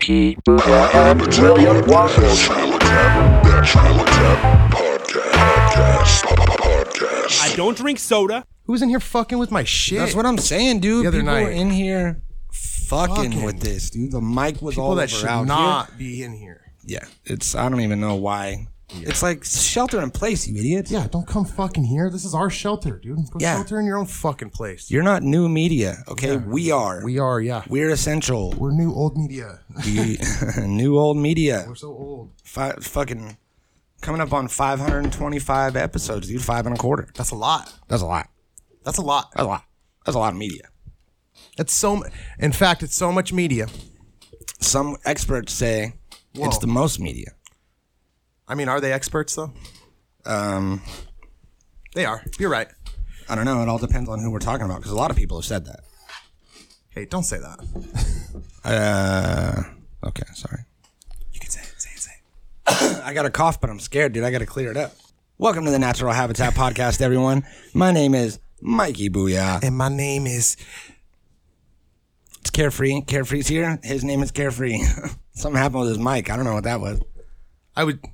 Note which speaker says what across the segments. Speaker 1: P. Buddha and William Waffles.
Speaker 2: I don't drink soda.
Speaker 3: Who's in here fucking with my shit?
Speaker 4: That's what I'm saying, dude.
Speaker 3: The other
Speaker 4: People
Speaker 3: night.
Speaker 4: were in here fucking,
Speaker 3: Fucking.
Speaker 4: with this, dude. The mic was
Speaker 3: People
Speaker 4: all
Speaker 3: that
Speaker 4: over
Speaker 3: should
Speaker 4: out
Speaker 3: not be in here.
Speaker 4: here. Yeah, it's I don't even know why. It's like shelter in place, you idiots.
Speaker 3: Yeah, don't come fucking here. This is our shelter, dude. Go
Speaker 4: Yeah.
Speaker 3: shelter in your own fucking place.
Speaker 4: You're not new media, okay? We are.
Speaker 3: We are, yeah.
Speaker 4: We're essential.
Speaker 3: We're new old media.
Speaker 4: We- new old media.
Speaker 3: We're so old.
Speaker 4: Fi- fucking coming up on 525 episodes, dude. Five and a quarter.
Speaker 3: That's a lot.
Speaker 4: That's a lot.
Speaker 3: That's a lot.
Speaker 4: That's a lot. That's a lot of media.
Speaker 3: That's so. mu- In fact, it's so much media.
Speaker 4: Some experts say it's
Speaker 3: Whoa.
Speaker 4: the most media.
Speaker 3: I mean, are they experts though?
Speaker 4: Um,
Speaker 3: They are. You're right.
Speaker 4: I don't know. It all depends on who we're talking about because a lot of people have said that.
Speaker 3: Hey, don't say that.
Speaker 4: Uh, okay, sorry.
Speaker 3: You can say it. Say it. Say it.
Speaker 4: I got a cough, but I'm scared, dude. I got to clear it up. Welcome to the Natural Habitat Podcast, everyone. My name is Mikey Booyah.
Speaker 3: And my name is.
Speaker 4: It's Carefree. Carefree's here. His name is Carefree. Something happened with his mic. I don't know what that was.
Speaker 3: I would.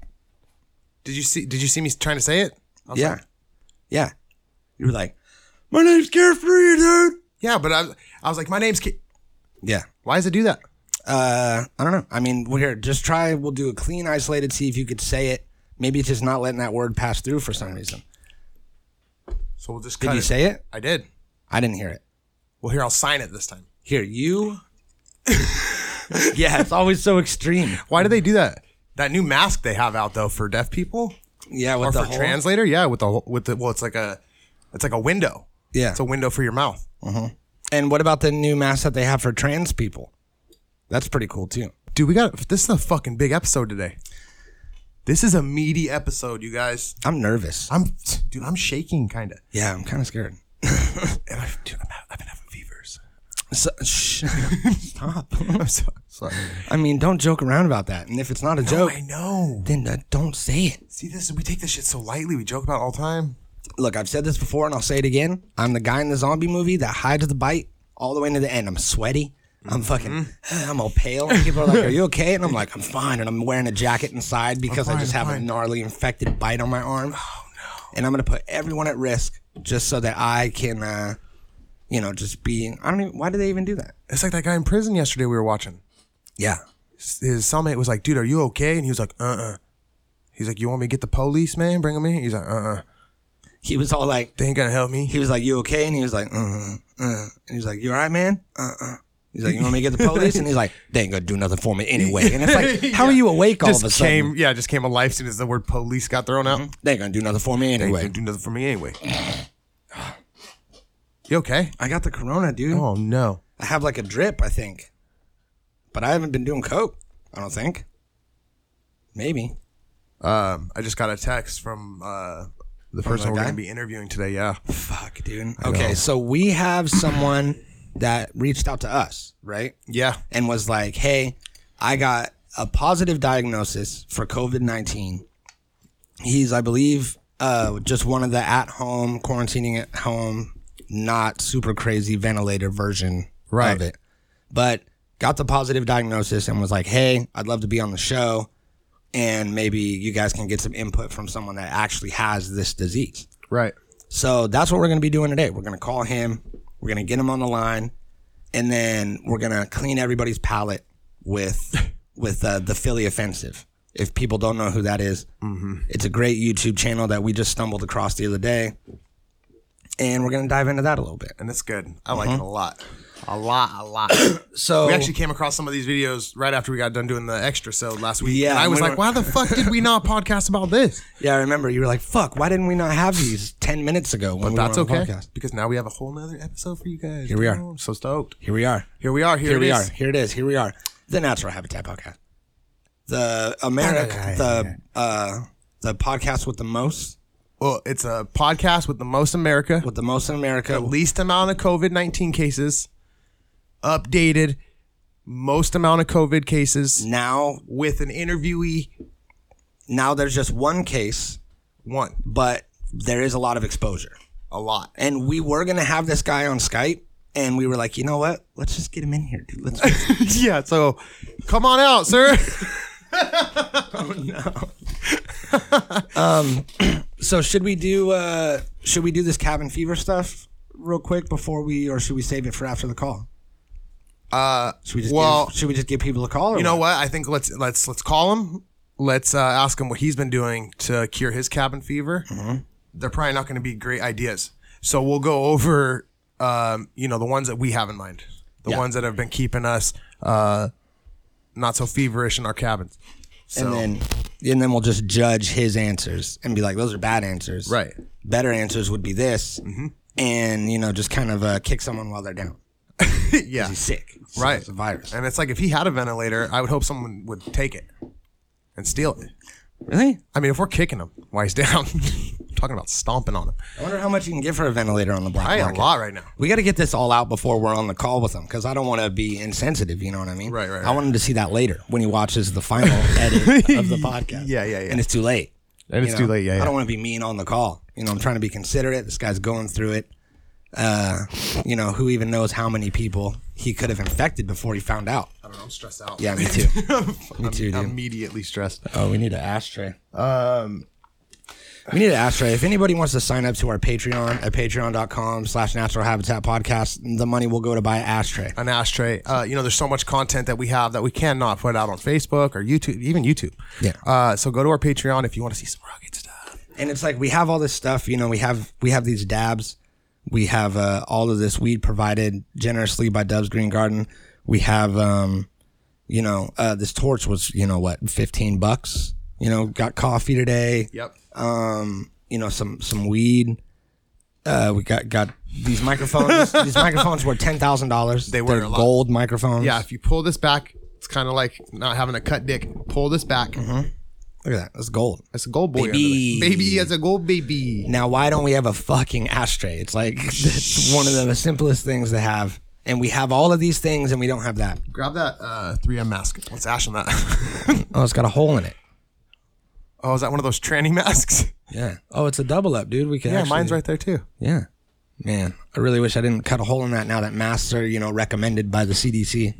Speaker 3: Did you see? Did you see me trying to say it? I was
Speaker 4: Yeah.
Speaker 3: like,
Speaker 4: yeah. You were like, my name's Carefree, dude.
Speaker 3: yeah, but I. I was like, my name's. Ki-.
Speaker 4: Yeah.
Speaker 3: Why does it do that?
Speaker 4: Uh, I don't know. I mean, we're here. Just try. We'll do a clean, isolated, see if you could say it. Maybe it's just not letting that word pass through for some reason.
Speaker 3: So we'll just.
Speaker 4: Did
Speaker 3: cut
Speaker 4: you say it?
Speaker 3: I did.
Speaker 4: I didn't hear it.
Speaker 3: Well, here I'll sign it this time.
Speaker 4: Here, you. yeah, it's always so extreme.
Speaker 3: Why do they do that? That new mask they have out though for deaf people
Speaker 4: Yeah,
Speaker 3: or
Speaker 4: with
Speaker 3: for
Speaker 4: the whole,
Speaker 3: translator, yeah, with the whole- with the well, it's like a, it's like a window.
Speaker 4: Yeah.
Speaker 3: It's a window for your mouth.
Speaker 4: and what about the new mask that they have for trans people? That's pretty cool too.
Speaker 3: Dude, we got this is a fucking big episode today. This is a meaty episode, you guys.
Speaker 4: I'm nervous.
Speaker 3: I'm, dude, I'm shaking kind of.
Speaker 4: Yeah, I'm kind of scared.
Speaker 3: And I, dude, I'm, ha- I've been having fevers.
Speaker 4: So, shh. Stop.
Speaker 3: I'm so sorry.
Speaker 4: I mean, don't joke around about that. And if it's not a joke,
Speaker 3: I know.
Speaker 4: then uh, don't say it.
Speaker 3: See, this we take this shit so lightly. We joke about it all the time.
Speaker 4: Look, I've said this before and I'll say it again. I'm the guy in the zombie movie that hides the bite all the way to the end. I'm sweaty. I'm fucking, I'm all pale. People are like, Are you okay? And I'm like, I'm fine. And I'm wearing a jacket inside because I
Speaker 3: fine,
Speaker 4: just
Speaker 3: I'm
Speaker 4: have a
Speaker 3: fine.
Speaker 4: gnarly infected bite on my arm. Oh, no. And I'm going to put everyone at risk just so that I can, uh, you know, just be. I don't even, why do they even do that?
Speaker 3: It's like that guy in prison yesterday we were watching.
Speaker 4: Yeah.
Speaker 3: His- His cellmate was like, "Dude, are you okay?" And he was like, "Uh, uh He's like, "You want me to get the police, man? Bring him in." He's like, "Uh, uh
Speaker 4: He was all like,
Speaker 3: They ain't gonna help me."
Speaker 4: he was like, "You okay?" And he was like, "Uh, uh." And he was like, "You all right, man?" Uh, uh. He's like, "You want me to get the police?" And he's like, "They ain't gonna do nothing for me anyway." And it's like, how are you awake all
Speaker 3: just
Speaker 4: of a sudden? Mm-hmm.
Speaker 3: came, yeah, just came alive soon as the word police got thrown out.
Speaker 4: They ain't gonna do nothing for me
Speaker 3: They
Speaker 4: anyway.
Speaker 3: didn't do nothing for me anyway. you okay?
Speaker 4: I got the corona, dude.
Speaker 3: Oh no.
Speaker 4: I have like a drip, I think, but I haven't been doing coke. I don't think. Maybe.
Speaker 3: Um, I just got a text from uh, the person
Speaker 4: that
Speaker 3: we're
Speaker 4: guy?
Speaker 3: going to be interviewing today. Yeah.
Speaker 4: Fuck, dude. Okay, so we have someone that reached out to us, right?
Speaker 3: Yeah.
Speaker 4: and was like, "Hey, I got a positive diagnosis for COVID nineteen. He's, I believe, uh, just one of the at home quarantining at home, not super crazy ventilator version
Speaker 3: Right.
Speaker 4: of it, but got the positive diagnosis and was like, "Hey, I'd love to be on the show." And maybe you guys can get some input from someone that actually has this disease.
Speaker 3: Right.
Speaker 4: So that's what we're going to be doing today. We're going to call him. We're going to get him on the line, and then we're going to clean everybody's palate with with uh, the Philly offensive. If people don't know who that is,
Speaker 3: Mm-hmm.
Speaker 4: it's a great YouTube channel that we just stumbled across the other day, and we're going to dive into that a little bit.
Speaker 3: And it's good. I like
Speaker 4: Mm-hmm.
Speaker 3: it a lot. A lot, a lot.
Speaker 4: So
Speaker 3: we actually came across some of these videos right after we got done doing the extra so last week.
Speaker 4: Yeah,
Speaker 3: And I was
Speaker 4: we
Speaker 3: like,
Speaker 4: were-
Speaker 3: why the fuck did we not podcast about this?
Speaker 4: yeah, I remember you were like, "Fuck, why didn't we not have these ten minutes ago?" When we
Speaker 3: That's
Speaker 4: were on the
Speaker 3: okay.
Speaker 4: Podcast?
Speaker 3: Because now we have a whole nother episode for you guys.
Speaker 4: Here we are.
Speaker 3: Oh, I'm so stoked.
Speaker 4: Here we are.
Speaker 3: Here we are. Here,
Speaker 4: Here
Speaker 3: it
Speaker 4: we
Speaker 3: is.
Speaker 4: are. Here it is. Here we are. The Natural Habitat Podcast. The America, the uh, the podcast with the most,
Speaker 3: Well, it's a podcast with the most America,
Speaker 4: with the most in America.
Speaker 3: least amount of COVID 19 cases, updated, most amount of COVID cases
Speaker 4: Now,
Speaker 3: with an interviewee.
Speaker 4: now there's just one case,
Speaker 3: One.
Speaker 4: but there is a lot of exposure.
Speaker 3: A lot.
Speaker 4: And we were gonna have this guy on Skype, And we were like, you know what? Let's just get him in here, dude. Let's
Speaker 3: yeah. So, come on out, sir.
Speaker 4: So should we do uh should we do this cabin fever stuff real quick before we or should we save it for after the call? Uh should we just
Speaker 3: well-
Speaker 4: give, should we just give people a call or
Speaker 3: You know what? I think let's let's let's call him. Let's uh, ask him what he's been doing to cure his cabin fever.
Speaker 4: Mm-hmm.
Speaker 3: They're probably not going to be great ideas. So we'll go over, um, you know, the ones that we have in mind, the
Speaker 4: Yeah.
Speaker 3: ones that have been keeping us uh, not so feverish in our cabins. So,
Speaker 4: and then and then we'll just judge his answers and be like those are bad answers.
Speaker 3: Right. Mm-hmm.
Speaker 4: Better answers would be this. And you know just kind of uh, kick someone while they're down.
Speaker 3: yeah,
Speaker 4: He's sick. It's-
Speaker 3: Right.
Speaker 4: It's a virus.
Speaker 3: and it's like if he had a ventilator, I would hope someone would take it and steal it.
Speaker 4: Really?
Speaker 3: I mean, if we're kicking him while he's down, talking about stomping on him,
Speaker 4: I wonder how much you can get for a ventilator on the black
Speaker 3: I ain't
Speaker 4: market.
Speaker 3: a lot right now.
Speaker 4: We got to get this all out before we're on the call with him because I don't want to be insensitive. You know what I mean?
Speaker 3: Right, right,
Speaker 4: I
Speaker 3: right.
Speaker 4: want him to see that later when he watches the final edit of the podcast.
Speaker 3: Yeah, yeah, yeah.
Speaker 4: And it's too late.
Speaker 3: And
Speaker 4: you know? I don't want to be mean on the call. You know, I'm trying to be considerate. This guy's going through it. Uh, you know, who even knows how many people he could have infected before he found out?
Speaker 3: I don't know, I'm stressed out.
Speaker 4: Yeah, me too. me too, dude.
Speaker 3: immediately stressed.
Speaker 4: Oh, we need an ashtray. Um, we need an ashtray. If anybody wants to sign up to our Patreon at patreon.com slash natural habitat podcast, the money will go to buy an ashtray.
Speaker 3: An ashtray. Uh, you know, there's so much content that we have that we cannot put out on Facebook or YouTube, even YouTube.
Speaker 4: Yeah.
Speaker 3: Uh, so go to our Patreon if you want to see some rugged stuff.
Speaker 4: And it's like we have all this stuff, you know, we have we have these dabs. We have uh, all of this weed provided generously by Dove's Green Garden. We have um, you know, uh, this torch was, you know, what, fifteen bucks. You know, got coffee today.
Speaker 3: Yep.
Speaker 4: um, you know, some some weed. Uh, we got got these microphones. these microphones were ten thousand dollars. They
Speaker 3: were a lot.
Speaker 4: gold microphones.
Speaker 3: Yeah. If you pull this back, it's kind of like not having a cut dick. Pull this back.
Speaker 4: look at that. That's gold.
Speaker 3: It's a gold boy.
Speaker 4: Mm-hmm.
Speaker 3: under
Speaker 4: Baby.
Speaker 3: there. Baby. It's a gold baby.
Speaker 4: Now, why don't we have a fucking ashtray? It's like that's one of the simplest things to have, and we have all of these things, and we don't have that.
Speaker 3: Grab that uh, 3M mask. Let's ash on that.
Speaker 4: Oh, it's got a hole in it.
Speaker 3: oh, is that one of those tranny masks?
Speaker 4: Yeah. Oh, it's a double up, dude. We can.
Speaker 3: Yeah,
Speaker 4: actually-
Speaker 3: mine's right there too.
Speaker 4: Yeah. Man, I really wish I didn't cut a hole in that now that masks are, you know, recommended by the CDC.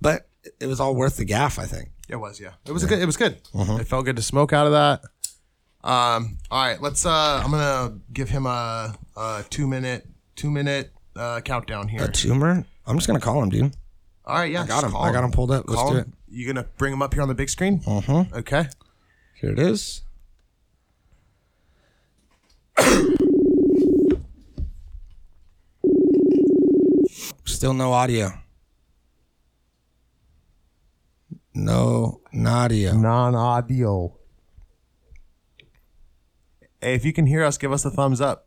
Speaker 4: But it was all worth the gaff, I think.
Speaker 3: It was, yeah. It was a good. It was good.
Speaker 4: Mm-hmm.
Speaker 3: It felt good to smoke out of that. Um. All right. Let's. Uh. I'm gonna give him a, a two minute two minute uh, countdown here.
Speaker 4: A tumor? I'm just gonna call him, dude.
Speaker 3: All right. Yeah. I
Speaker 4: got him. I got him pulled up. Let's do it.
Speaker 3: You gonna bring him up here on the big screen? Mm-hmm. Okay.
Speaker 4: Here it is. Still no audio. No, not audio.
Speaker 3: Non audio. Hey, if you can hear us, give us a thumbs up.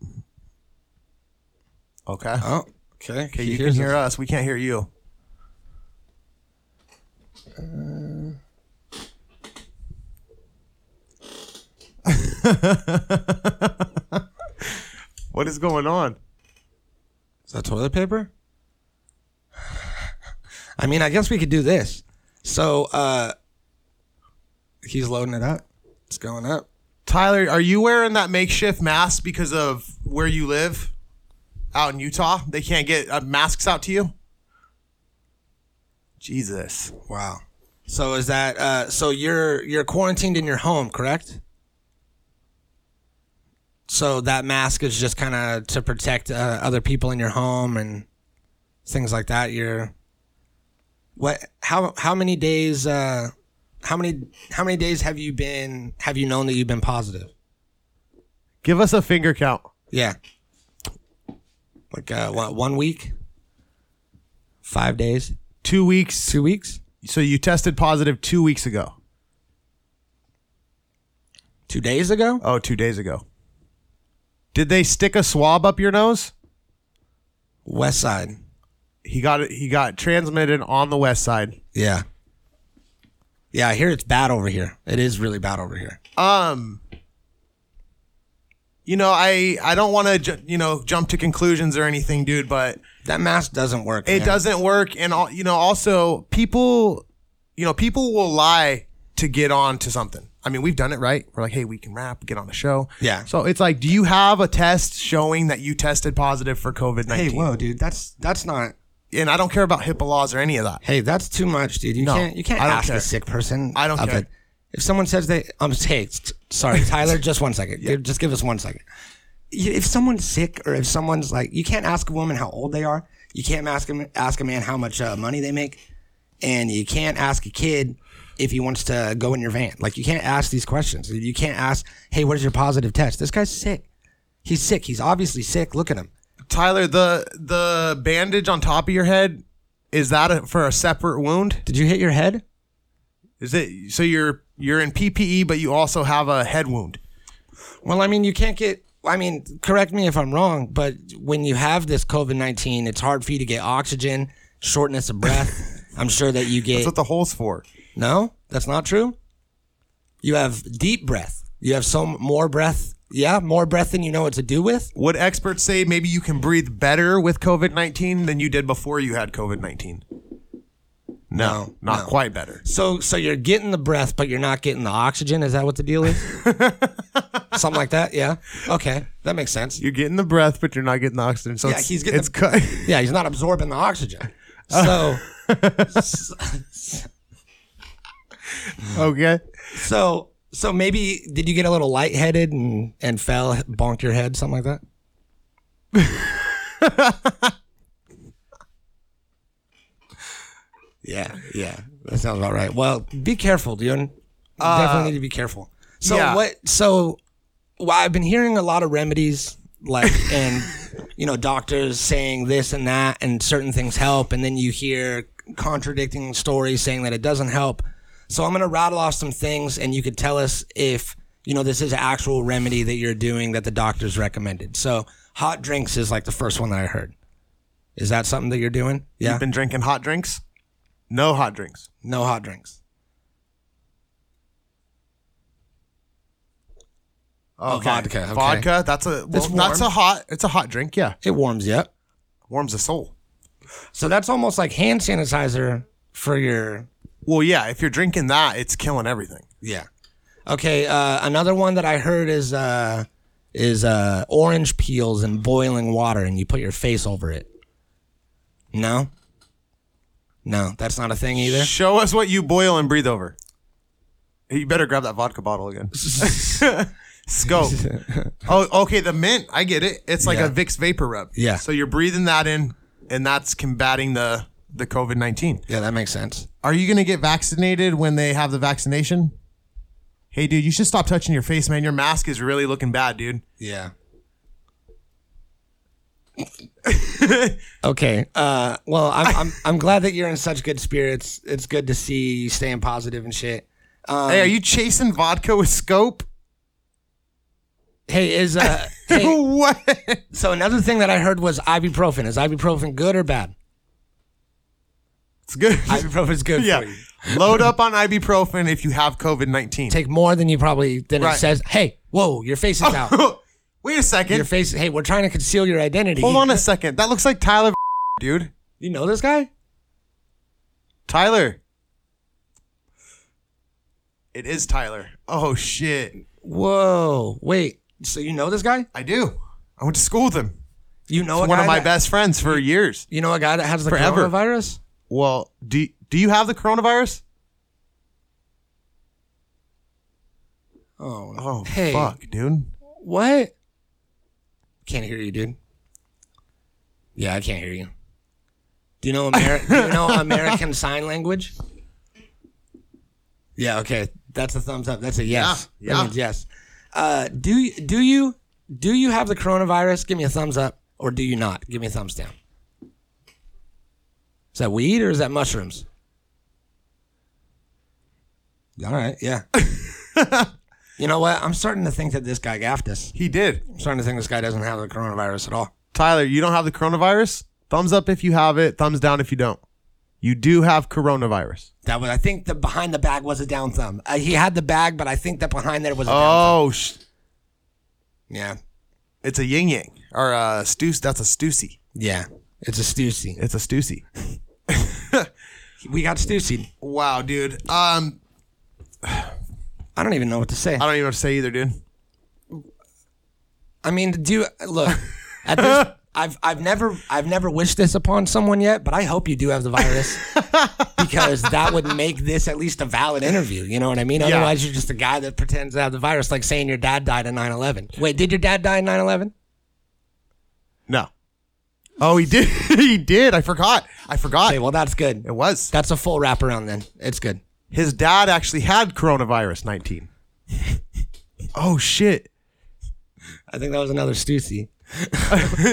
Speaker 3: Okay.
Speaker 4: Oh, okay.
Speaker 3: okay. You can hear us. We can't hear you. what is going on?
Speaker 4: Is that toilet paper? I mean, I guess we could do this. So, uh, he's loading it up. It's going up.
Speaker 3: Tyler, are you wearing that makeshift mask because of where you live out in Utah? They can't get uh, masks out to you? Jesus.
Speaker 4: Wow. So is that uh so you're you're quarantined in your home, correct? So that mask is just kind of to protect uh, other people in your home and things like that. You're what how how many days uh how many how many days have you been have you known that you've been positive?
Speaker 3: Give us a finger count.
Speaker 4: Yeah. Like uh what, one week? 5 days?
Speaker 3: Two weeks.
Speaker 4: 2 weeks?
Speaker 3: So you tested positive two weeks ago.
Speaker 4: 2 days ago?
Speaker 3: Oh, two days ago. Did they stick a swab up your nose?
Speaker 4: West side.
Speaker 3: He got it. He got transmitted on the west side.
Speaker 4: Yeah. Yeah, I hear it's bad over here. It is really bad over here.
Speaker 3: Um, you know, I I don't want to ju- you know jump to conclusions or anything, dude. But
Speaker 4: That mask doesn't work.
Speaker 3: it
Speaker 4: man.
Speaker 3: doesn't work and all you know also people you know people will lie to get on to something I mean, we've done it right. We're like, hey, we can rap, get on the show.
Speaker 4: Yeah.
Speaker 3: So it's like, do you have a test showing that you tested positive for COVID
Speaker 4: Hey,
Speaker 3: nineteen?
Speaker 4: whoa, dude, that's that's not.
Speaker 3: And I don't care about HIPAA laws or any of that.
Speaker 4: Hey, that's too much, dude. You
Speaker 3: No,
Speaker 4: can't you can't
Speaker 3: I don't
Speaker 4: ask
Speaker 3: care.
Speaker 4: a sick person.
Speaker 3: I don't
Speaker 4: of
Speaker 3: care.
Speaker 4: It. If someone says they, I'm hey, s- sorry, Tyler, just one second. Give- Just give us one second. You- If someone's sick or if someone's like, you can't ask a woman how old they are. You can't ask him ask a man how much uh, money they make, and you can't ask a kid if he wants to go in your van. Like you can't ask these questions. You can't ask, hey, what is your positive test? This guy's sick. He's sick. He's obviously sick. Look at him.
Speaker 3: Tyler, the the bandage on top of your head is that a, for a separate wound?
Speaker 4: Did you hit your head?
Speaker 3: Is it so you're you're in PPE, but you also have a head wound?
Speaker 4: Well, I mean, you can't get. I mean, correct me if I'm wrong, but when you have this COVID 19, it's hard for you to get oxygen, shortness of breath. I'm sure that you get.
Speaker 3: That's what the hole's for.
Speaker 4: no, that's not true. You have deep breath. You have some more breath. Yeah, more breath than you know what to do with.
Speaker 3: Would experts say maybe you can breathe better with COVID nineteen than you did before you had COVID nineteen? No, not quite better.
Speaker 4: So, so you're getting the breath, but you're not getting the oxygen. Is that what the deal is? Something like that. Yeah. Okay, that makes sense.
Speaker 3: You're getting the breath, but you're not getting the oxygen. So
Speaker 4: Yeah,
Speaker 3: it's,
Speaker 4: he's getting
Speaker 3: it's
Speaker 4: the-
Speaker 3: cut.
Speaker 4: Yeah, he's not absorbing the oxygen. So,
Speaker 3: okay.
Speaker 4: So so maybe did you get a little lightheaded and and fell bonked your head something like that? yeah, yeah, that sounds about right. Well, be careful, dude. You definitely need to be careful. So
Speaker 3: yeah.
Speaker 4: what? So well, I've been hearing a lot of remedies, like and you know doctors saying this and that, and certain things help, and then you hear contradicting stories saying that it doesn't help. So I'm gonna rattle off some things, and you could tell us if you know this is an actual remedy that you're doing that the doctors recommended. So hot drinks is like the first one that I heard. Is that something that you're doing? Yeah.
Speaker 3: You've been drinking hot drinks? No hot drinks.
Speaker 4: no hot drinks.
Speaker 3: Oh,
Speaker 4: vodka, okay.
Speaker 3: Vodka. That's a well,
Speaker 4: warm.
Speaker 3: that's a hot. It's a hot drink. Yeah,
Speaker 4: It warms you up.
Speaker 3: warms the soul.
Speaker 4: So that's almost like hand sanitizer for your
Speaker 3: Well, yeah. If you're drinking that, it's killing everything.
Speaker 4: Yeah. Okay. Uh, another one that I heard is uh, is uh, orange peels in boiling water, and you put your face over it. No. No, that's not a thing either.
Speaker 3: Show us what you boil and breathe over. You better grab that vodka bottle again. Scope. Oh, okay. The mint. I get it. It's like
Speaker 4: Yeah.
Speaker 3: a Vicks vapor rub.
Speaker 4: Yeah.
Speaker 3: So you're breathing that in, and that's combating the the COVID nineteen.
Speaker 4: Yeah, that makes sense.
Speaker 3: Are you gonna get vaccinated when they have the vaccination? Hey, dude, you should stop touching your face, man. Your mask is really looking bad, dude.
Speaker 4: Yeah. okay. Uh, well, I'm, I'm I'm glad that you're in such good spirits. It's good to see you staying positive and shit.
Speaker 3: hey, are
Speaker 4: Um,
Speaker 3: you chasing vodka with scope?
Speaker 4: Hey, is uh, hey,
Speaker 3: what?
Speaker 4: so another thing that I heard was ibuprofen. Is ibuprofen good or bad?
Speaker 3: It's good.
Speaker 4: Ibuprofen's good
Speaker 3: yeah.
Speaker 4: for you.
Speaker 3: Load up on ibuprofen if you have COVID nineteen.
Speaker 4: take more than you probably than
Speaker 3: Right.
Speaker 4: it says. Hey, whoa, your face is out.
Speaker 3: Wait a second.
Speaker 4: Your face. Hey, we're trying to conceal your identity.
Speaker 3: Hold on a second. That looks like Tyler, dude.
Speaker 4: You know this guy?
Speaker 3: Tyler. It is Tyler. Oh shit.
Speaker 4: Whoa. Wait. So you know this guy?
Speaker 3: I do. I went to school with him.
Speaker 4: You know a
Speaker 3: One
Speaker 4: guy
Speaker 3: of my
Speaker 4: that-
Speaker 3: best friends for years.
Speaker 4: You know a guy that has the
Speaker 3: Forever.
Speaker 4: coronavirus?
Speaker 3: Well, do do you have the coronavirus?
Speaker 4: Oh.
Speaker 3: Oh
Speaker 4: Hey.
Speaker 3: fuck, dude.
Speaker 4: What? Can't hear you, dude. Yeah, I can't hear you. Do you know Amer- Do you know American Sign Language? Yeah. Okay. That's a thumbs up. That's a yes.
Speaker 3: Yeah,
Speaker 4: That
Speaker 3: yeah.
Speaker 4: means yes. Uh, do you do you do you have the coronavirus? Give me a thumbs up, or do you not? Give me a thumbs down. Is that weed or is that mushrooms? All right. Yeah. you know what? I'm starting to think that this guy gaffed us.
Speaker 3: He did.
Speaker 4: I'm starting to think this guy doesn't have the coronavirus at all.
Speaker 3: Tyler, you don't have the coronavirus? Thumbs up if you have it, thumbs down if you don't. You do have coronavirus.
Speaker 4: That was, I think, the behind the bag was a down thumb. Uh, he had the bag, but I think that behind there was a down.
Speaker 3: Oh, sh-
Speaker 4: Yeah,
Speaker 3: it's a yin yang or a stoos. That's a stoosie.
Speaker 4: yeah. It's a Stussy.
Speaker 3: It's a stoosie.
Speaker 4: We got Stussy.
Speaker 3: Wow, dude. Um,
Speaker 4: I don't even know what to say.
Speaker 3: I don't even know what to say either, dude.
Speaker 4: I mean, do you, look at this? I've I've never I've never wished this upon someone yet, but I hope you do have the virus because that would make this at least a valid interview. You know what I mean? Otherwise, you're just a guy that pretends to have the virus, like saying your dad died in 9/11. Wait, did your dad die in 9/11?
Speaker 3: No. Oh, he did. he did. I forgot. I forgot.
Speaker 4: Okay, well that's good.
Speaker 3: it was.
Speaker 4: That's a full wraparound then. It's good.
Speaker 3: His dad actually had coronavirus 19. oh, shit.
Speaker 4: I think that was another Stussy.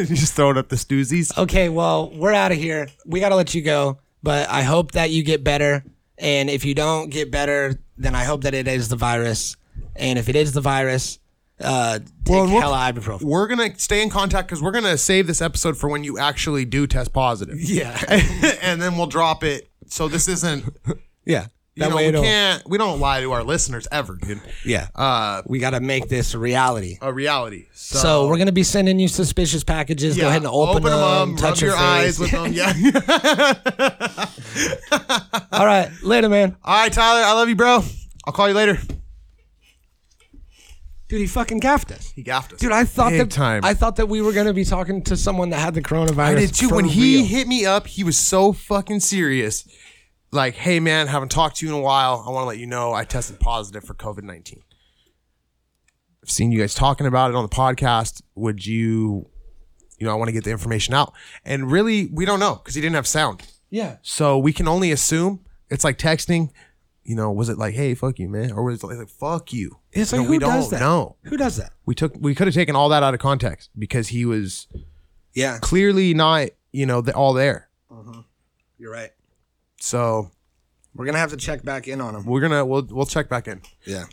Speaker 3: Just throwing up the stoozies.
Speaker 4: Okay, well, we're out of here. We got to let you go, but I hope that you get better. And if you don't get better, then I hope that it is the virus. And if it is the virus, uh, take
Speaker 3: Well, we'll-
Speaker 4: hell of ibuprofen.
Speaker 3: We're going to stay in contact because we're going to save this episode for when you actually do test positive.
Speaker 4: Yeah.
Speaker 3: and then we'll drop it. So this isn't, you
Speaker 4: Yeah. That
Speaker 3: know,
Speaker 4: way
Speaker 3: we
Speaker 4: it'll.
Speaker 3: can't, we don't lie to our listeners ever, dude.
Speaker 4: Yeah.
Speaker 3: Uh,
Speaker 4: we got to make this a reality.
Speaker 3: a reality. So,
Speaker 4: So, we're going to be sending you suspicious packages. Go ahead and open, them,
Speaker 3: rub
Speaker 4: touch
Speaker 3: your, eyes with
Speaker 4: face.
Speaker 3: them. Yeah.
Speaker 4: All right. Later, man.
Speaker 3: All right, Tyler, I love you, bro. I'll call you later.
Speaker 4: Dude, he fucking gaffed us.
Speaker 3: He gaffed us.
Speaker 4: Dude, I thought
Speaker 3: Big
Speaker 4: that
Speaker 3: time.
Speaker 4: I thought that we were gonna be talking to someone that had the coronavirus.
Speaker 3: I did too.
Speaker 4: for
Speaker 3: When he
Speaker 4: real.
Speaker 3: hit me up, he was so fucking serious. Like, hey man, haven't talked to you in a while. I want to let you know I tested positive for COVID nineteen. I've seen you guys talking about it on the podcast. Would you, you know, I want to get the information out. And really, we don't know because he didn't have sound,
Speaker 4: yeah,
Speaker 3: so we can only assume. It's like texting. You know, was it like, hey, fuck you, man, or was it like, fuck you?
Speaker 4: it's
Speaker 3: You
Speaker 4: like
Speaker 3: know, we
Speaker 4: who
Speaker 3: don't
Speaker 4: does that?
Speaker 3: know.
Speaker 4: Who does that?
Speaker 3: We took we could have taken all that out of context because he was
Speaker 4: Yeah,
Speaker 3: clearly not, you know, th- all there.
Speaker 4: you're right.
Speaker 3: So
Speaker 4: We're gonna have to check back in on him.
Speaker 3: we're gonna we'll we'll check back in.
Speaker 4: Yeah,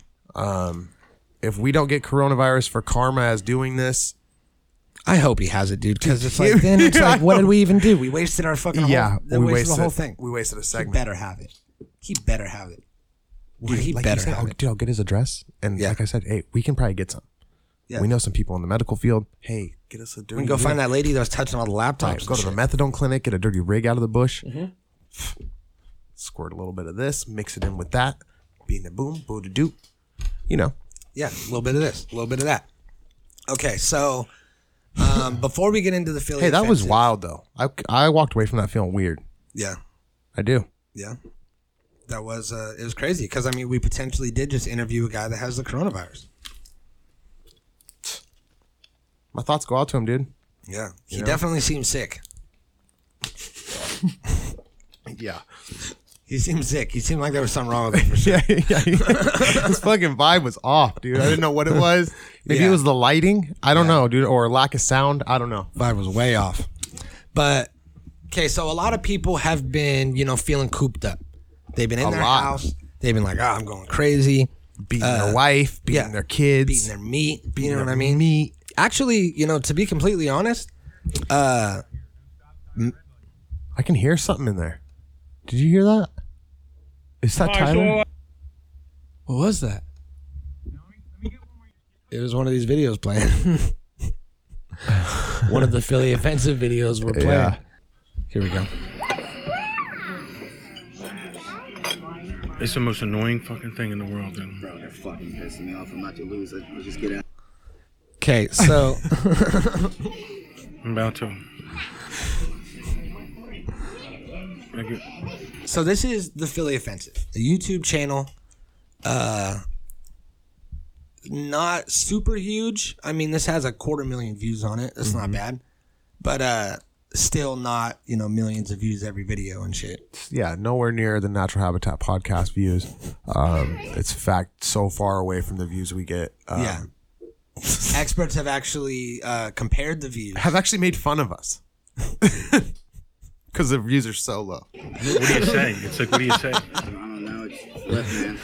Speaker 3: If we don't get coronavirus for karma as doing this,
Speaker 4: I hope he has it, dude. Because it's like then it's like, what did we even do? We wasted our fucking whole, we wasted, the whole thing.
Speaker 3: We wasted a
Speaker 4: He
Speaker 3: segment.
Speaker 4: better have it. He better have it. Dude, he
Speaker 3: Like you
Speaker 4: better
Speaker 3: said,
Speaker 4: have
Speaker 3: I'll,
Speaker 4: it.
Speaker 3: dude, I'll get his address, and
Speaker 4: Yeah.
Speaker 3: like I said, hey, we can probably get some.
Speaker 4: Yeah.
Speaker 3: We know some people in the medical field. Hey, get us a dirty.
Speaker 4: We can go
Speaker 3: rig.
Speaker 4: find that lady that was touching all the laptops.
Speaker 3: Go to the methadone clinic, get a dirty rig out of the bush.
Speaker 4: Mm-hmm.
Speaker 3: Squirt a little bit of this, mix it in with that. Being a boom, boo to doop. You know,
Speaker 4: Yeah, a little bit of this, a little bit of that. Okay, so um, before we get into the Philly,
Speaker 3: hey, that was
Speaker 4: offensive-
Speaker 3: wild though. I I walked away from that feeling weird.
Speaker 4: Yeah,
Speaker 3: I do.
Speaker 4: Yeah. That was uh it was crazy because I mean we potentially did just interview a guy that has the coronavirus.
Speaker 3: My thoughts go out to him, dude.
Speaker 4: Yeah. He definitely seems sick.
Speaker 3: Yeah.
Speaker 4: He seemed sick. He seemed like there was something wrong with him for sure.
Speaker 3: yeah, yeah. His fucking vibe was off, dude. I didn't know what it was. Maybe
Speaker 4: Yeah.
Speaker 3: it was the lighting. I don't know, dude, or lack of sound. I don't know.
Speaker 4: Vibe was way off. But okay, so a lot of people have been, you know, feeling cooped up. They've been in
Speaker 3: A
Speaker 4: their
Speaker 3: lot.
Speaker 4: house. They've been like, oh, I'm going crazy.
Speaker 3: Beating their wife, beating
Speaker 4: Uh, yeah.
Speaker 3: their kids.
Speaker 4: Beating their meat. You know what I
Speaker 3: their
Speaker 4: mean?
Speaker 3: meat.
Speaker 4: Actually, you know, to be completely honest,
Speaker 3: I can hear something in there. Did you hear that? Is that Tyler?
Speaker 4: What was that? It was one of these videos playing. one of the Philly offensive videos were playing.
Speaker 3: Yeah.
Speaker 4: Here we go.
Speaker 5: It's the most annoying fucking thing in the world, dude.
Speaker 6: Bro, they're fucking pissing me off. I'm about to lose. Let's let's just get out.
Speaker 4: Okay, so
Speaker 5: I'm about to. I get-
Speaker 4: so this is the Philly offensive, the YouTube channel. Uh, not super huge. I mean, this has a quarter million views on it. That's not bad, but uh, still not you know millions of views every video and shit.
Speaker 3: Yeah, nowhere near the Natural Habitat podcast views. Um, it's in fact so far away from the views we get. Um,
Speaker 4: Yeah. Experts have actually uh, compared the views.
Speaker 3: Have actually made fun of us because the views are so low.
Speaker 5: what do you say? It's like, what do you say?
Speaker 6: I don't know. It's flip, man.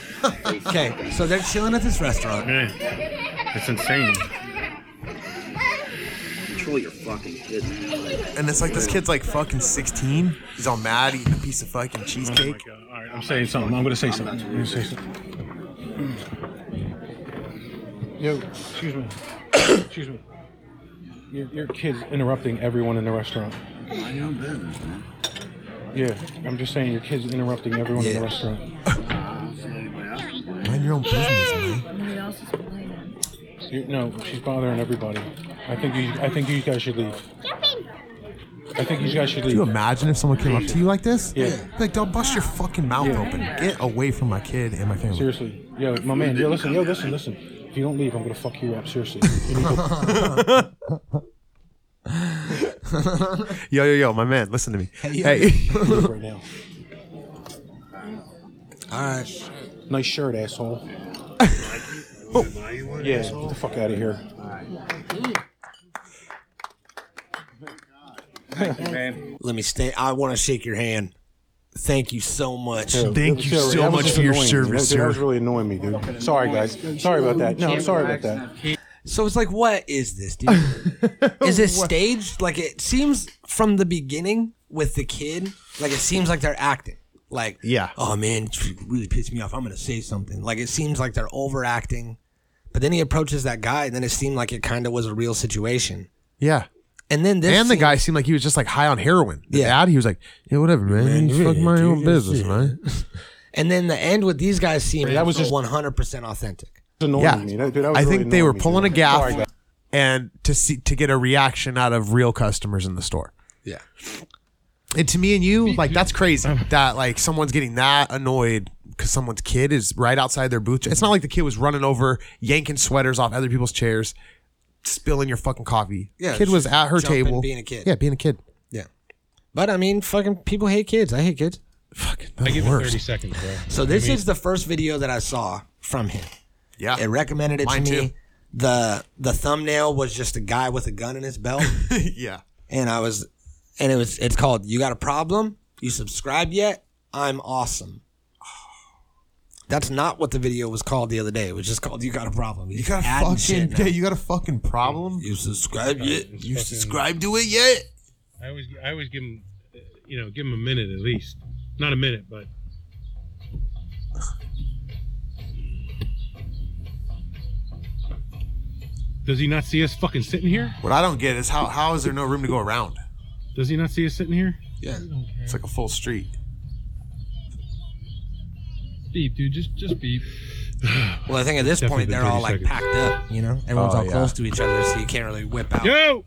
Speaker 4: Okay, so they're chilling at this restaurant.
Speaker 5: Yeah. It's insane. Oh
Speaker 6: Control your fucking kid, man. Like,
Speaker 3: And it's like this kid's like fucking 16. He's all mad eating a piece of fucking
Speaker 5: Oh my
Speaker 3: cheesecake.
Speaker 5: God. All right, I'm saying something. I'm gonna say something. I'm gonna say something. Yo, excuse me. excuse me. Your, your kid's interrupting everyone in the restaurant.
Speaker 6: mind your own business, man.
Speaker 5: Yeah, I'm just saying your kid's interrupting everyone in
Speaker 4: Yeah.
Speaker 5: the restaurant.
Speaker 6: I don't see anybody else.
Speaker 3: My mind your own business, man.
Speaker 7: Nobody else is complaining.
Speaker 5: You, no, she's bothering everybody. I think you. I think you guys should leave. I think you guys should
Speaker 3: Can you
Speaker 5: leave.
Speaker 3: imagine if someone came up to you like this?
Speaker 5: Yeah.
Speaker 3: Like, don't bust your fucking mouth
Speaker 5: Yeah.
Speaker 3: open. Get away from my kid and my family.
Speaker 5: Seriously, yo, my man, yo, listen, yo, listen, listen. If you don't leave, I'm gonna fuck you up. Seriously. You need to-
Speaker 3: Yo, yo, yo, my man, listen to me. Hey,
Speaker 5: right now.
Speaker 4: All right.
Speaker 5: Nice shirt, asshole. Yeah, get the fuck out of here.
Speaker 4: Let me stay. I want to shake your hand. Thank you so much.
Speaker 3: thank you so much for your service,
Speaker 5: That was
Speaker 3: sir.
Speaker 5: really annoying me, dude. Sorry, guys. Sorry about that. No, I'm sorry about that.
Speaker 4: So it's like, what is this, dude? is this staged? Like it seems from the beginning with the kid, like it seems like they're acting. Like,
Speaker 3: Yeah.
Speaker 4: oh man, it really pissed me off. I'm gonna say something. Like it seems like they're overacting. But then he approaches that guy, and then it seemed like it kind of was a real situation.
Speaker 3: Yeah.
Speaker 4: And then this
Speaker 3: And the
Speaker 4: scene-
Speaker 3: guy seemed like he was just like high on heroin. The
Speaker 4: Yeah.
Speaker 3: dad, he was like, yeah, whatever, man. you fuck my own business, man.
Speaker 4: and then the end with these guys seemed that
Speaker 5: That
Speaker 4: was
Speaker 5: was just-
Speaker 4: 100 percent authentic.
Speaker 5: It's annoying
Speaker 3: Yeah.
Speaker 5: me. That, dude, that was
Speaker 3: I
Speaker 5: really
Speaker 3: think they
Speaker 5: annoying
Speaker 3: were
Speaker 5: me,
Speaker 3: pulling a
Speaker 5: dude. Sorry,
Speaker 3: gaff
Speaker 5: guys.
Speaker 3: and to see to get a reaction out of real customers in the store.
Speaker 4: Yeah.
Speaker 3: And to me and you, like that's crazy that like someone's getting that annoyed because someone's kid is right outside their booth. It's not like the kid was running over, yanking sweaters off other people's chairs, spilling your fucking coffee.
Speaker 4: Yeah,
Speaker 3: kid was at her
Speaker 4: jumping,
Speaker 3: table,
Speaker 4: being a kid.
Speaker 3: Yeah, being a kid.
Speaker 4: Yeah. But I mean, fucking people hate kids. I hate kids.
Speaker 3: Fucking the worst.
Speaker 8: seconds, bro.
Speaker 4: So this is the first video that I saw from him.
Speaker 3: Yeah,
Speaker 4: It recommended it
Speaker 3: Mine
Speaker 4: to me.
Speaker 3: too.
Speaker 4: The the thumbnail was just a guy with a gun in his belt,
Speaker 3: yeah.
Speaker 4: and I was, and it was. It's called "You Got a Problem? You Subscribe Yet? I'm Awesome." That's not what the video was called the other day. It was just called "You Got a Problem."
Speaker 3: You got a fucking yeah, you got a fucking problem.
Speaker 4: You subscribe yet?
Speaker 8: It's
Speaker 4: You
Speaker 8: fucking-
Speaker 4: subscribe to it yet?
Speaker 8: I always, I always give him, you know, give him a minute at least. Not a minute, but does he not see us fucking sitting here?
Speaker 3: What I don't get is how how is there no room to go around?
Speaker 8: Does he not see us sitting here?
Speaker 4: Yeah.
Speaker 3: It's like a full street.
Speaker 8: Beep, dude, just, just beep.
Speaker 4: Well, I think at this
Speaker 8: Definitely
Speaker 4: point they're
Speaker 8: been
Speaker 4: all
Speaker 8: 30
Speaker 4: like
Speaker 8: seconds.
Speaker 4: packed up. You know, everyone's
Speaker 3: Oh,
Speaker 4: all
Speaker 3: yeah.
Speaker 4: close to each other, so you can't really whip out.
Speaker 8: Yo.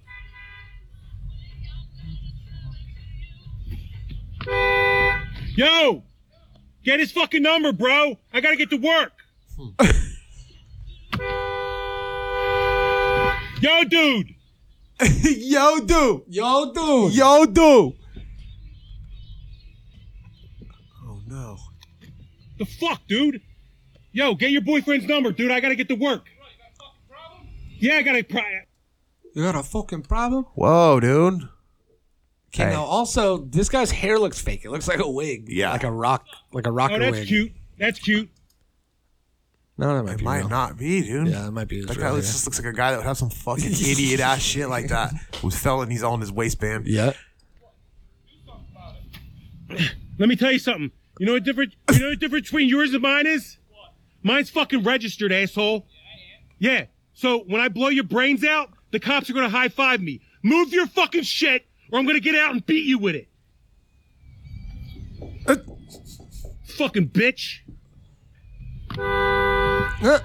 Speaker 8: Yo, get his fucking number, bro. I gotta get to work. Yo, dude.
Speaker 3: Yo, dude.
Speaker 4: Yo, dude.
Speaker 3: Yo, dude. Oh no.
Speaker 8: The fuck, dude? Yo, get your boyfriend's number, dude. I gotta get to work. Yeah, I gotta. Pri-
Speaker 4: You got a fucking problem?
Speaker 3: Whoa, dude.
Speaker 4: Okay.
Speaker 3: Hey.
Speaker 4: Now, also, this guy's hair looks fake. It looks like a wig.
Speaker 3: Yeah.
Speaker 4: Like a rock, like a rocker
Speaker 8: oh, that's
Speaker 4: wig.
Speaker 8: cute. That's cute.
Speaker 4: No, that might
Speaker 3: It
Speaker 4: be.
Speaker 3: might
Speaker 4: real.
Speaker 3: not be, dude.
Speaker 4: Yeah, that might be.
Speaker 3: That
Speaker 4: Like
Speaker 3: guy looks, just looks like a guy that would have some fucking idiot ass shit like that with felonies on his waistband.
Speaker 4: yeah.
Speaker 8: Let me tell you something. You know what different? You know what difference between yours and mine is? Mine's fucking registered, asshole. Yeah. So when I blow your brains out, the cops are gonna high five me. Move your fucking shit, or I'm gonna get out and beat you with it. Fucking bitch.